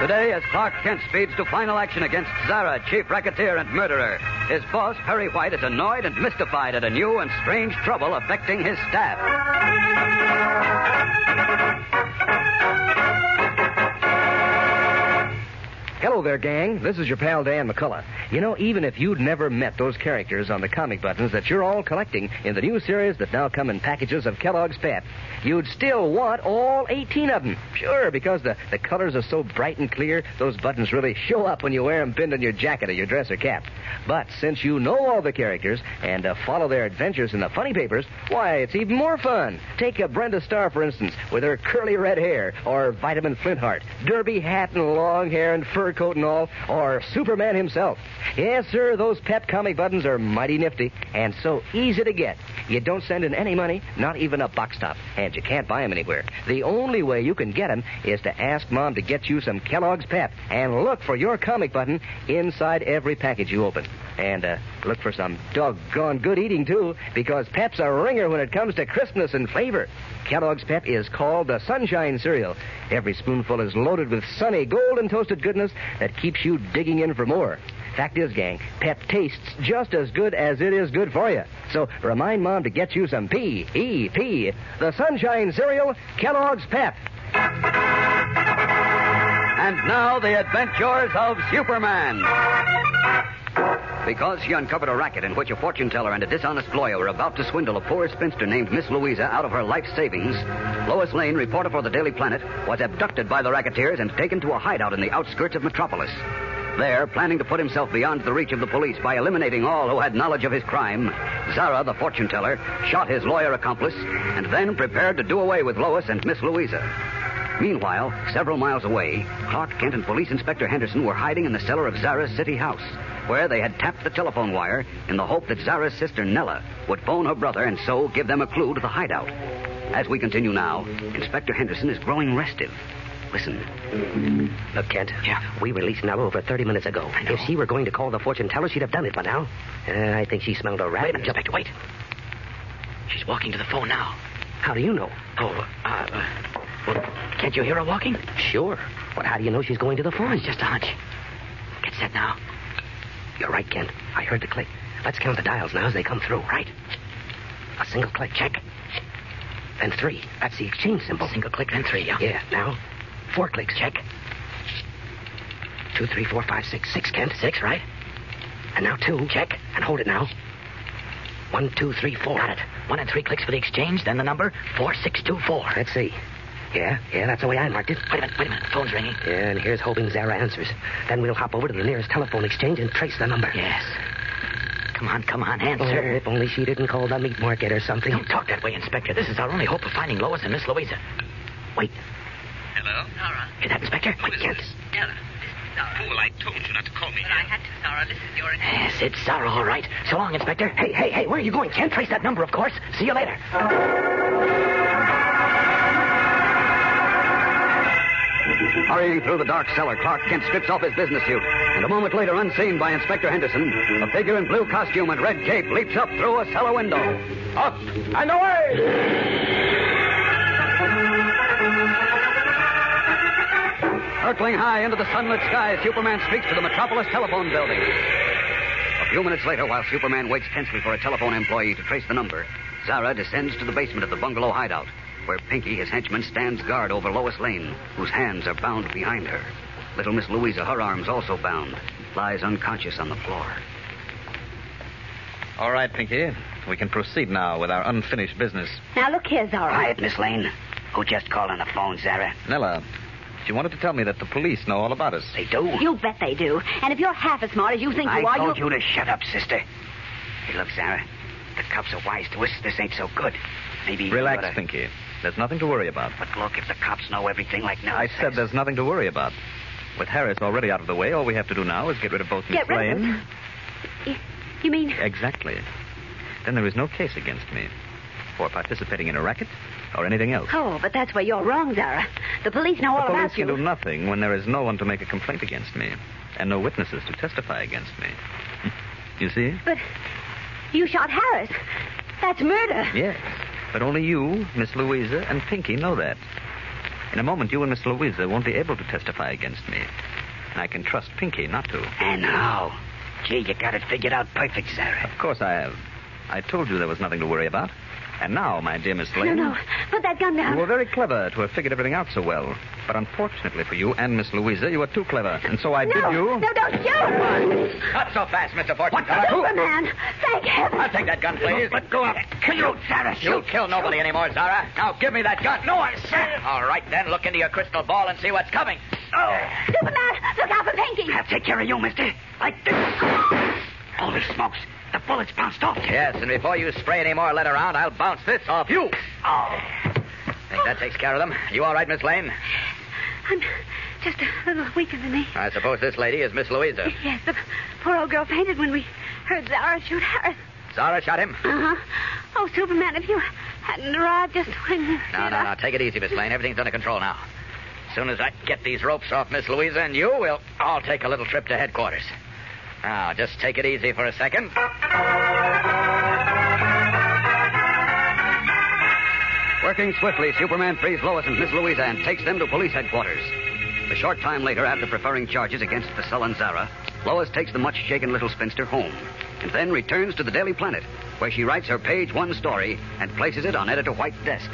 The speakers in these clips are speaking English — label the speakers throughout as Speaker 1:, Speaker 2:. Speaker 1: Today, as Clark Kent speeds to final action against Zara, chief racketeer and murderer, his boss, Perry White, is annoyed and mystified at a new and strange trouble affecting his staff.
Speaker 2: Hello there, gang. This is your pal Dan McCullough. You know, even if you'd never met those characters on the comic buttons that you're all collecting in the new series that now come in packages of Kellogg's Pep, you'd still want all 18 of them. Sure, because the, the colors are so bright and clear, those buttons really show up when you wear them pinned on your jacket or your dress or cap. But since you know all the characters and uh, follow their adventures in the funny papers, why, it's even more fun. Take a Brenda Starr, for instance, with her curly red hair, or Vitamin Flintheart, derby hat and long hair and fur coat and all, or Superman himself. Yes, sir, those pep comic buttons are mighty nifty and so easy to get. You don't send in any money, not even a box top, and you can't buy them anywhere. The only way you can get them is to ask Mom to get you some Kellogg's Pep and look for your comic button inside every package you open. And uh, look for some doggone good eating, too, because Pep's a ringer when it comes to crispness and flavor. Kellogg's Pep is called the Sunshine Cereal. Every spoonful is loaded with sunny, golden toasted goodness that keeps you digging in for more. Fact is, gang, Pep tastes just as good as it is good for you. So remind Mom to get you some P-E-P, the Sunshine Cereal, Kellogg's Pep.
Speaker 1: And now, the adventures of Superman. Because she uncovered a racket in which a fortune teller and a dishonest lawyer were about to swindle a poor spinster named Miss Louisa out of her life savings, Lois Lane, reporter for the Daily Planet, was abducted by the racketeers and taken to a hideout in the outskirts of Metropolis. There, planning to put himself beyond the reach of the police by eliminating all who had knowledge of his crime, Zara, the fortune teller, shot his lawyer accomplice and then prepared to do away with Lois and Miss Louisa. Meanwhile, several miles away, Clark Kent and Police Inspector Henderson were hiding in the cellar of Zara's city house, where they had tapped the telephone wire in the hope that Zara's sister Nella would phone her brother and so give them a clue to the hideout. As we continue now, Inspector Henderson is growing restive. Listen.
Speaker 3: Look, Kent.
Speaker 1: Yeah.
Speaker 3: We released Nella over 30 minutes ago. If she were going to call the fortune teller, she'd have done it by now. Uh, I think she smelled a rat.
Speaker 1: Wait a minute, Inspector, wait. She's walking to the phone now.
Speaker 3: How do you know?
Speaker 1: Oh, uh, uh, well, can't you hear her walking?
Speaker 3: Sure. Well, how do you know she's going to the phone?
Speaker 1: Just a hunch. Get set now.
Speaker 3: You're right, Kent. I heard the click. Let's count the dials now as they come through. Right. A single click. Check. Then three. That's the exchange symbol.
Speaker 1: Single click, then three, yeah?
Speaker 3: Yeah. Now, four clicks.
Speaker 1: Check.
Speaker 3: Two, three, four, five, six. Six, Kent.
Speaker 1: Six, right?
Speaker 3: And now two. Check. And hold it now. One, two, three, four.
Speaker 1: Got it. One and three clicks for the exchange, then the number 4624.
Speaker 3: Let's see. Yeah, yeah, that's the way I marked it.
Speaker 1: Wait a minute, wait a minute. Phone's ringing.
Speaker 3: Yeah, and here's hoping Zara answers. Then we'll hop over to the nearest telephone exchange and trace the number.
Speaker 1: Yes. Come on, come on,
Speaker 3: Oh,
Speaker 1: answer.
Speaker 3: if only she didn't call the meat market or something.
Speaker 1: Don't talk that way, Inspector. This is our only hope of finding Lois and Miss Louisa. Wait.
Speaker 4: Hello? Zara.
Speaker 1: Hear that, Inspector? Wait, Kent.
Speaker 4: Stella. This is Zara. Fool, I told you not to call me. But I had to, Zara. This is your
Speaker 1: Yes, it's Zara, all right. So long, Inspector. Hey, hey, hey, where are you going? Can't trace that number, of course. See you later. Hurrying through the dark cellar, Clark Kent strips off his business suit. And a moment later, unseen by Inspector Henderson, a figure in blue costume and red cape leaps up through a cellar window. Up and away! Hurtling high into the sunlit sky, Superman speaks to the Metropolis telephone building. A few minutes later, while Superman waits tensely for a telephone employee to trace the number, Zara descends to the basement of the bungalow hideout, where Pinky, his henchman, stands guard over Lois Lane, whose hands are bound behind her. Little Miss Louisa, her arms also bound, lies unconscious on the floor.
Speaker 5: All right, Pinky. We can proceed now with our unfinished business.
Speaker 6: Now look here, Zara.
Speaker 1: Quiet, Miss Lane. Who just called on the phone, Zara?
Speaker 5: Nella, she wanted to tell me that the police know all about us.
Speaker 1: They do.
Speaker 6: You bet they do. And if you're half as smart as you think
Speaker 1: I
Speaker 6: you are,
Speaker 1: told you to shut up, sister. Hey, look, Zara. The cops are wise to us. This ain't so good. Maybe you
Speaker 5: Relax,
Speaker 1: oughta-
Speaker 5: Pinky. There's nothing to worry about.
Speaker 1: But look, if the cops know everything like now,
Speaker 5: I said there's nothing to worry about. With Harris already out of the way, all we have to do now is get rid of both
Speaker 6: Get
Speaker 5: Miss
Speaker 6: rid of
Speaker 5: Lane.
Speaker 6: them? Y- You mean
Speaker 5: Exactly. Then there is no case against me for participating in a racket or anything else.
Speaker 6: Oh, but that's where you're wrong, Zara. The police know all
Speaker 5: the police
Speaker 6: about you.
Speaker 5: can do nothing when there is no one to make a complaint against me and no witnesses to testify against me. You see?
Speaker 6: But you shot Harris. That's murder.
Speaker 5: Yes. But only you, Miss Louisa, and Pinky know that. In a moment, you and Miss Louisa won't be able to testify against me. And I can trust Pinky not to.
Speaker 1: And how? Gee, you got it figured out perfect, Zara.
Speaker 5: Of course I have. I told you there was nothing to worry about. And now, my dear Miss
Speaker 6: No,
Speaker 5: Lane.
Speaker 6: no. Put that gun down.
Speaker 5: You were very clever to have figured everything out so well. But unfortunately for you and Miss Louisa, you were too clever. And so I
Speaker 6: no,
Speaker 5: bid you.
Speaker 6: No, don't shoot.
Speaker 1: Not so fast, Mr. Fortune.
Speaker 6: Superman. Thank heaven.
Speaker 1: I'll take that gun, please. Let go of it. Shoot, Zara. Shoot. You'll kill nobody anymore, Zara. Now give me that gun. No, I said. All right, then look into your crystal ball and see what's coming. Oh.
Speaker 6: Superman, look out for Pinky.
Speaker 1: I'll take care of you, mister. Like this. Holy smokes. The bullet's bounced off. Yes, and before you spray any more lead around, I'll bounce this off you. Oh. Think that takes care of them. You all right, Miss Lane?
Speaker 6: I'm just a little weaker than me.
Speaker 1: I suppose this lady is Miss Louisa.
Speaker 6: Yes, the poor old girl fainted when we heard Zara shoot Harris.
Speaker 1: Zara shot him.
Speaker 6: Uh-huh. Oh, Superman, if you hadn't arrived just when...
Speaker 1: No, no, no. Take it easy, Miss Lane. Everything's under control now. As soon as I get these ropes off Miss Louisa and you, we'll all take a little trip to headquarters. Now, just take it easy for a second. Working swiftly, Superman frees Lois and Miss Louisa and takes them to police headquarters. A short time later, after preferring charges against the sullen Zara, Lois takes the much shaken little spinster home and then returns to the Daily Planet, where she writes her page one story and places it on Editor White's desk.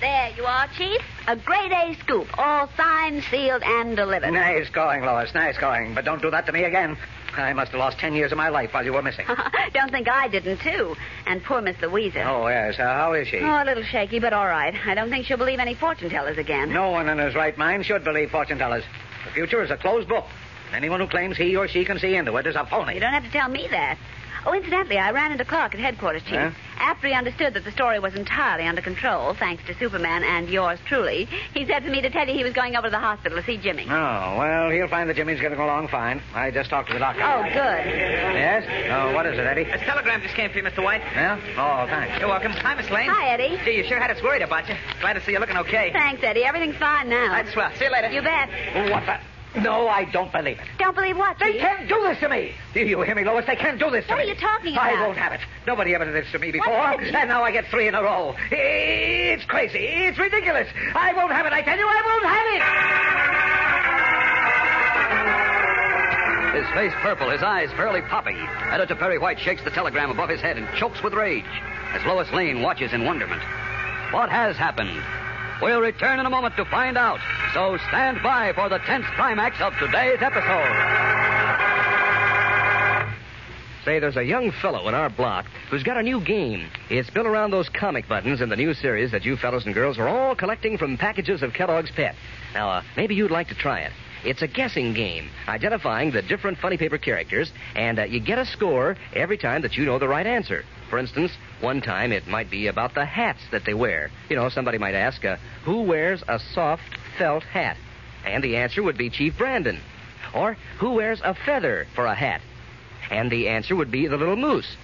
Speaker 6: There you are, Chief. A grade A scoop, all signed, sealed, and delivered.
Speaker 2: Nice going, Lois. Nice going. But don't do that to me again. I must have lost ten years of my life while you were missing.
Speaker 6: Uh-huh. Don't think I didn't, too. And poor Miss Louisa.
Speaker 2: oh, yes. Uh, how is she?
Speaker 6: Oh, a little shaky, but all right. I don't think she'll believe any fortune tellers again.
Speaker 2: No one in his right mind should believe fortune tellers. The future is a closed book. Anyone who claims he or she can see into it is a phony.
Speaker 6: You don't have to tell me that. Oh, incidentally, I ran into Clark at headquarters, Chief.
Speaker 2: Huh?
Speaker 6: After he understood that the story was entirely under control, thanks to Superman and yours truly, he said for me to tell you he was going over to the hospital to see Jimmy.
Speaker 2: Oh, well, he'll find that Jimmy's getting along fine. I just talked to the doctor.
Speaker 6: Oh, good.
Speaker 2: Yes? Oh, what is it, Eddie?
Speaker 4: A telegram just came for you, Mr. White.
Speaker 2: Yeah? Oh, thanks.
Speaker 4: You're welcome. Hi, Miss Lane.
Speaker 6: Hi, Eddie.
Speaker 4: Gee, you sure had us worried about you. Glad to see you looking okay.
Speaker 6: Thanks, Eddie. Everything's fine now.
Speaker 4: That's swell. See you later.
Speaker 6: You bet.
Speaker 2: What the? No, I don't believe it.
Speaker 6: Don't believe what,
Speaker 2: They
Speaker 6: Chief?
Speaker 2: can't do this to me. Do you hear me, Lois? They can't do this to
Speaker 6: What
Speaker 2: me.
Speaker 6: are you talking
Speaker 2: I
Speaker 6: about?
Speaker 2: won't have it. Nobody ever did this to me before,
Speaker 6: happened?
Speaker 2: and now I get three in a row. It's crazy. It's ridiculous. I won't have it. I tell you, I won't have it.
Speaker 1: His face purple, his eyes fairly popping. Editor Perry White shakes the telegram above his head and chokes with rage as Lois Lane watches in wonderment. What has happened? We'll return in a moment to find out. So stand by for the tense climax of today's episode.
Speaker 2: Say, there's a young fellow in our block who's got a new game. It's built around those comic buttons in the new series that you fellows and girls are all collecting from packages of Kellogg's Pet. Now, uh, maybe you'd like to try it. It's a guessing game, identifying the different funny paper characters, and uh, you get a score every time that you know the right answer. For instance, one time it might be about the hats that they wear. You know, somebody might ask, uh, who wears a soft felt hat? And the answer would be Chief Brandon. Or, who wears a feather for a hat? And the answer would be the little moose.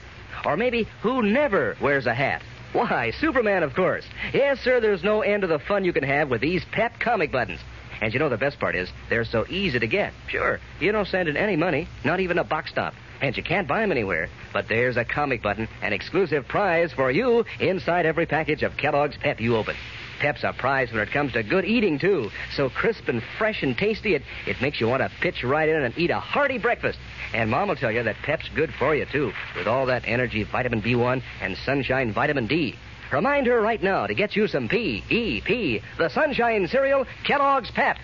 Speaker 2: Or maybe who never wears a hat? Why, Superman, of course. Yes, sir, there's no end to the fun you can have with these pep comic buttons. And you know the best part is they're so easy to get. Sure, you don't send in any money, not even a box stop. And you can't buy them anywhere. But there's a comic button, an exclusive prize for you inside every package of Kellogg's Pep you open. Pep's a prize when it comes to good eating, too. So crisp and fresh and tasty, it, it makes you want to pitch right in and eat a hearty breakfast. And Mom will tell you that Pep's good for you, too, with all that energy vitamin B1 and sunshine vitamin D. Remind her right now to get you some P-E-P, the sunshine cereal, Kellogg's Pep.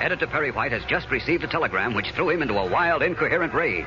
Speaker 1: Editor Perry White has just received a telegram which threw him into a wild, incoherent rage.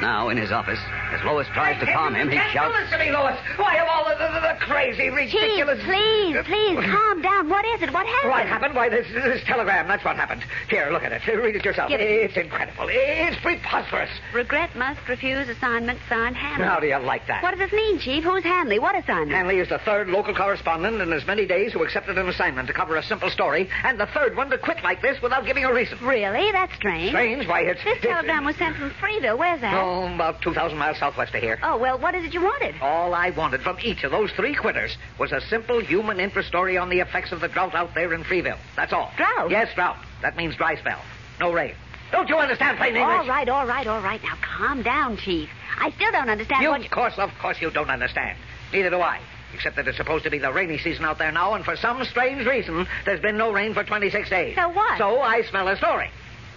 Speaker 1: Now, in his office, as Lois tries to calm him, he shouts.
Speaker 3: Listen to me, Lois. Why of all the, the, the crazy,
Speaker 6: Chief,
Speaker 3: ridiculous...
Speaker 6: please, please, calm down. What is it? What happened?
Speaker 3: What happened? Why, this, this telegram. That's what happened. Here, look at it. Read it yourself.
Speaker 6: Give it.
Speaker 3: It's incredible. It's preposterous.
Speaker 6: Regret must refuse assignment signed Hanley.
Speaker 3: How do you like that?
Speaker 6: What does this mean, Chief? Who's Hanley? What assignment?
Speaker 3: Hanley is the third local correspondent in as many days who accepted an assignment to cover a simple story, and the third one to quit like this without giving a reason.
Speaker 6: Really? That's strange.
Speaker 3: Strange, why it's
Speaker 6: This telegram was sent from Freeville. Where's
Speaker 3: Oh,
Speaker 6: that?
Speaker 3: about two thousand miles southwest of here.
Speaker 6: Oh, well, what is it you wanted?
Speaker 3: All I wanted from each of those three quitters was a simple human interest story on the effects of the drought out there in Freeville. That's all.
Speaker 6: Drought?
Speaker 3: Yes, drought. That means dry spell. No rain. Don't you understand plain English?
Speaker 6: All right, all right, all right. Now, calm down, Chief. I still don't understand
Speaker 3: You,
Speaker 6: what...
Speaker 3: of course, of course, you don't understand. Neither do I. Except that it's supposed to be the rainy season out there now, and for some strange reason, there's been no rain for 26 days.
Speaker 6: So what?
Speaker 3: So I smell a story.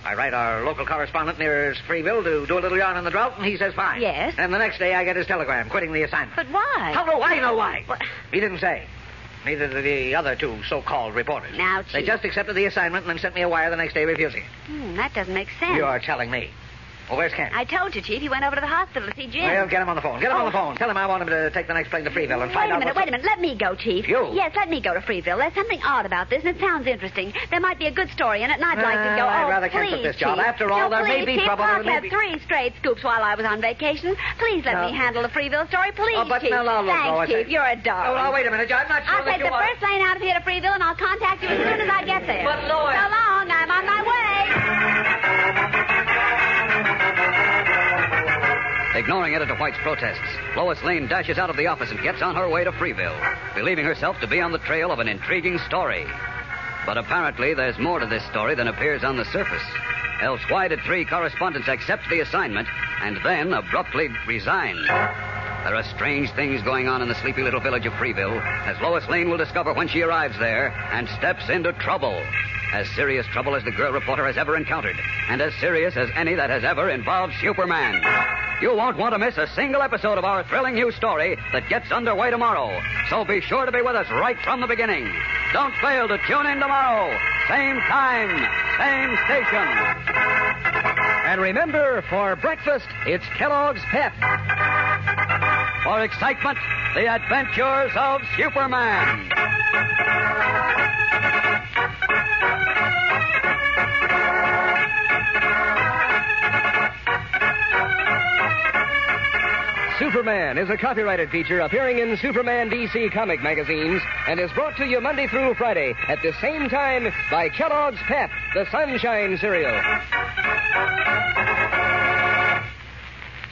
Speaker 3: I write our local correspondent near Freeville to do a little yarn on the drought, and he says fine.
Speaker 6: Yes.
Speaker 3: And the next day, I get his telegram quitting the assignment.
Speaker 6: But why?
Speaker 3: How do I know why?
Speaker 6: What-
Speaker 3: He didn't say. Neither did the other two so-called reporters.
Speaker 6: Now,
Speaker 3: They
Speaker 6: Chief.
Speaker 3: just accepted the assignment and then sent me a wire the next day refusing it.
Speaker 6: Hmm, that doesn't make sense.
Speaker 3: You're telling me. Well, where's Kent?
Speaker 6: I told you, Chief. He went over to the hospital to see Jim.
Speaker 3: Well, get him on the phone. Get him on the phone. Tell him I want him to take the next plane to Freeville and
Speaker 6: Wait
Speaker 3: find
Speaker 6: a
Speaker 3: out.
Speaker 6: minute,
Speaker 3: what's-
Speaker 6: wait a minute. Let me go, Chief.
Speaker 3: You?
Speaker 6: Yes, let me go to Freeville. There's something odd about this, and it sounds interesting. There might be a good story in it, and I'd like
Speaker 3: Well,
Speaker 6: to go.
Speaker 3: Ah, I'd
Speaker 6: oh,
Speaker 3: rather cancel
Speaker 6: please,
Speaker 3: this job.
Speaker 6: Chief.
Speaker 3: After all,
Speaker 6: No,
Speaker 3: there may
Speaker 6: please,
Speaker 3: be
Speaker 6: Chief
Speaker 3: trouble,
Speaker 6: Clark
Speaker 3: there may
Speaker 6: had
Speaker 3: be-
Speaker 6: three straight scoops while I was on vacation. Please let
Speaker 3: No.
Speaker 6: me handle the Freeville story, please,
Speaker 3: Oh, but
Speaker 6: Chief.
Speaker 3: no, no, look,
Speaker 6: Thanks,
Speaker 3: no, I
Speaker 6: Chief.
Speaker 3: think-
Speaker 6: You're a
Speaker 3: Oh,
Speaker 6: darling.
Speaker 3: well, wait a minute. I'm not sure
Speaker 6: I'll
Speaker 3: that
Speaker 6: take
Speaker 3: you
Speaker 6: the
Speaker 3: are-
Speaker 6: first plane out of here to Freeville, and I'll contact you as soon as I get there.
Speaker 3: But, Lois-
Speaker 6: So long. I'm on my way.
Speaker 1: Ignoring Editor White's protests, Lois Lane dashes out of the office and gets on her way to Freeville, believing herself to be on the trail of an intriguing story. But apparently, there's more to this story than appears on the surface. Else, why did three correspondents accept the assignment and then abruptly resign? There are strange things going on in the sleepy little village of Freeville, as Lois Lane will discover when she arrives there and steps into trouble. As serious trouble as the girl reporter has ever encountered, and as serious as any that has ever involved Superman. You won't want to miss a single episode of our thrilling new story that gets underway tomorrow. So be sure to be with us right from the beginning. Don't fail to tune in tomorrow. Same time, same station.
Speaker 2: And remember, for breakfast, it's Kellogg's Pep.
Speaker 1: for excitement, the adventures of Superman.
Speaker 2: Superman is a copyrighted feature appearing in Superman DC comic magazines and is brought to you Monday through Friday at the same time by Kellogg's Pep, the Sunshine Cereal.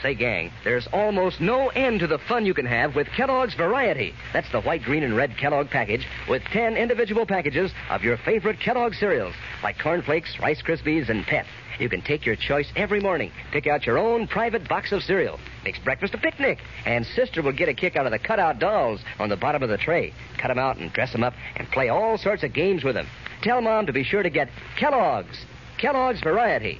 Speaker 2: Say, gang, there's almost no end to the fun you can have with Kellogg's Variety. That's the white, green, and red Kellogg package with 10 individual packages of your favorite Kellogg cereals, like Corn Flakes, Rice Krispies, and Pep. You can take your choice every morning. Pick out your own private box of cereal. Makes breakfast a picnic. And Sister will get a kick out of the cutout dolls on the bottom of the tray. Cut 'em out and dress 'em up and play all sorts of games with 'em. Tell Mom to be sure to get Kellogg's, Kellogg's Variety.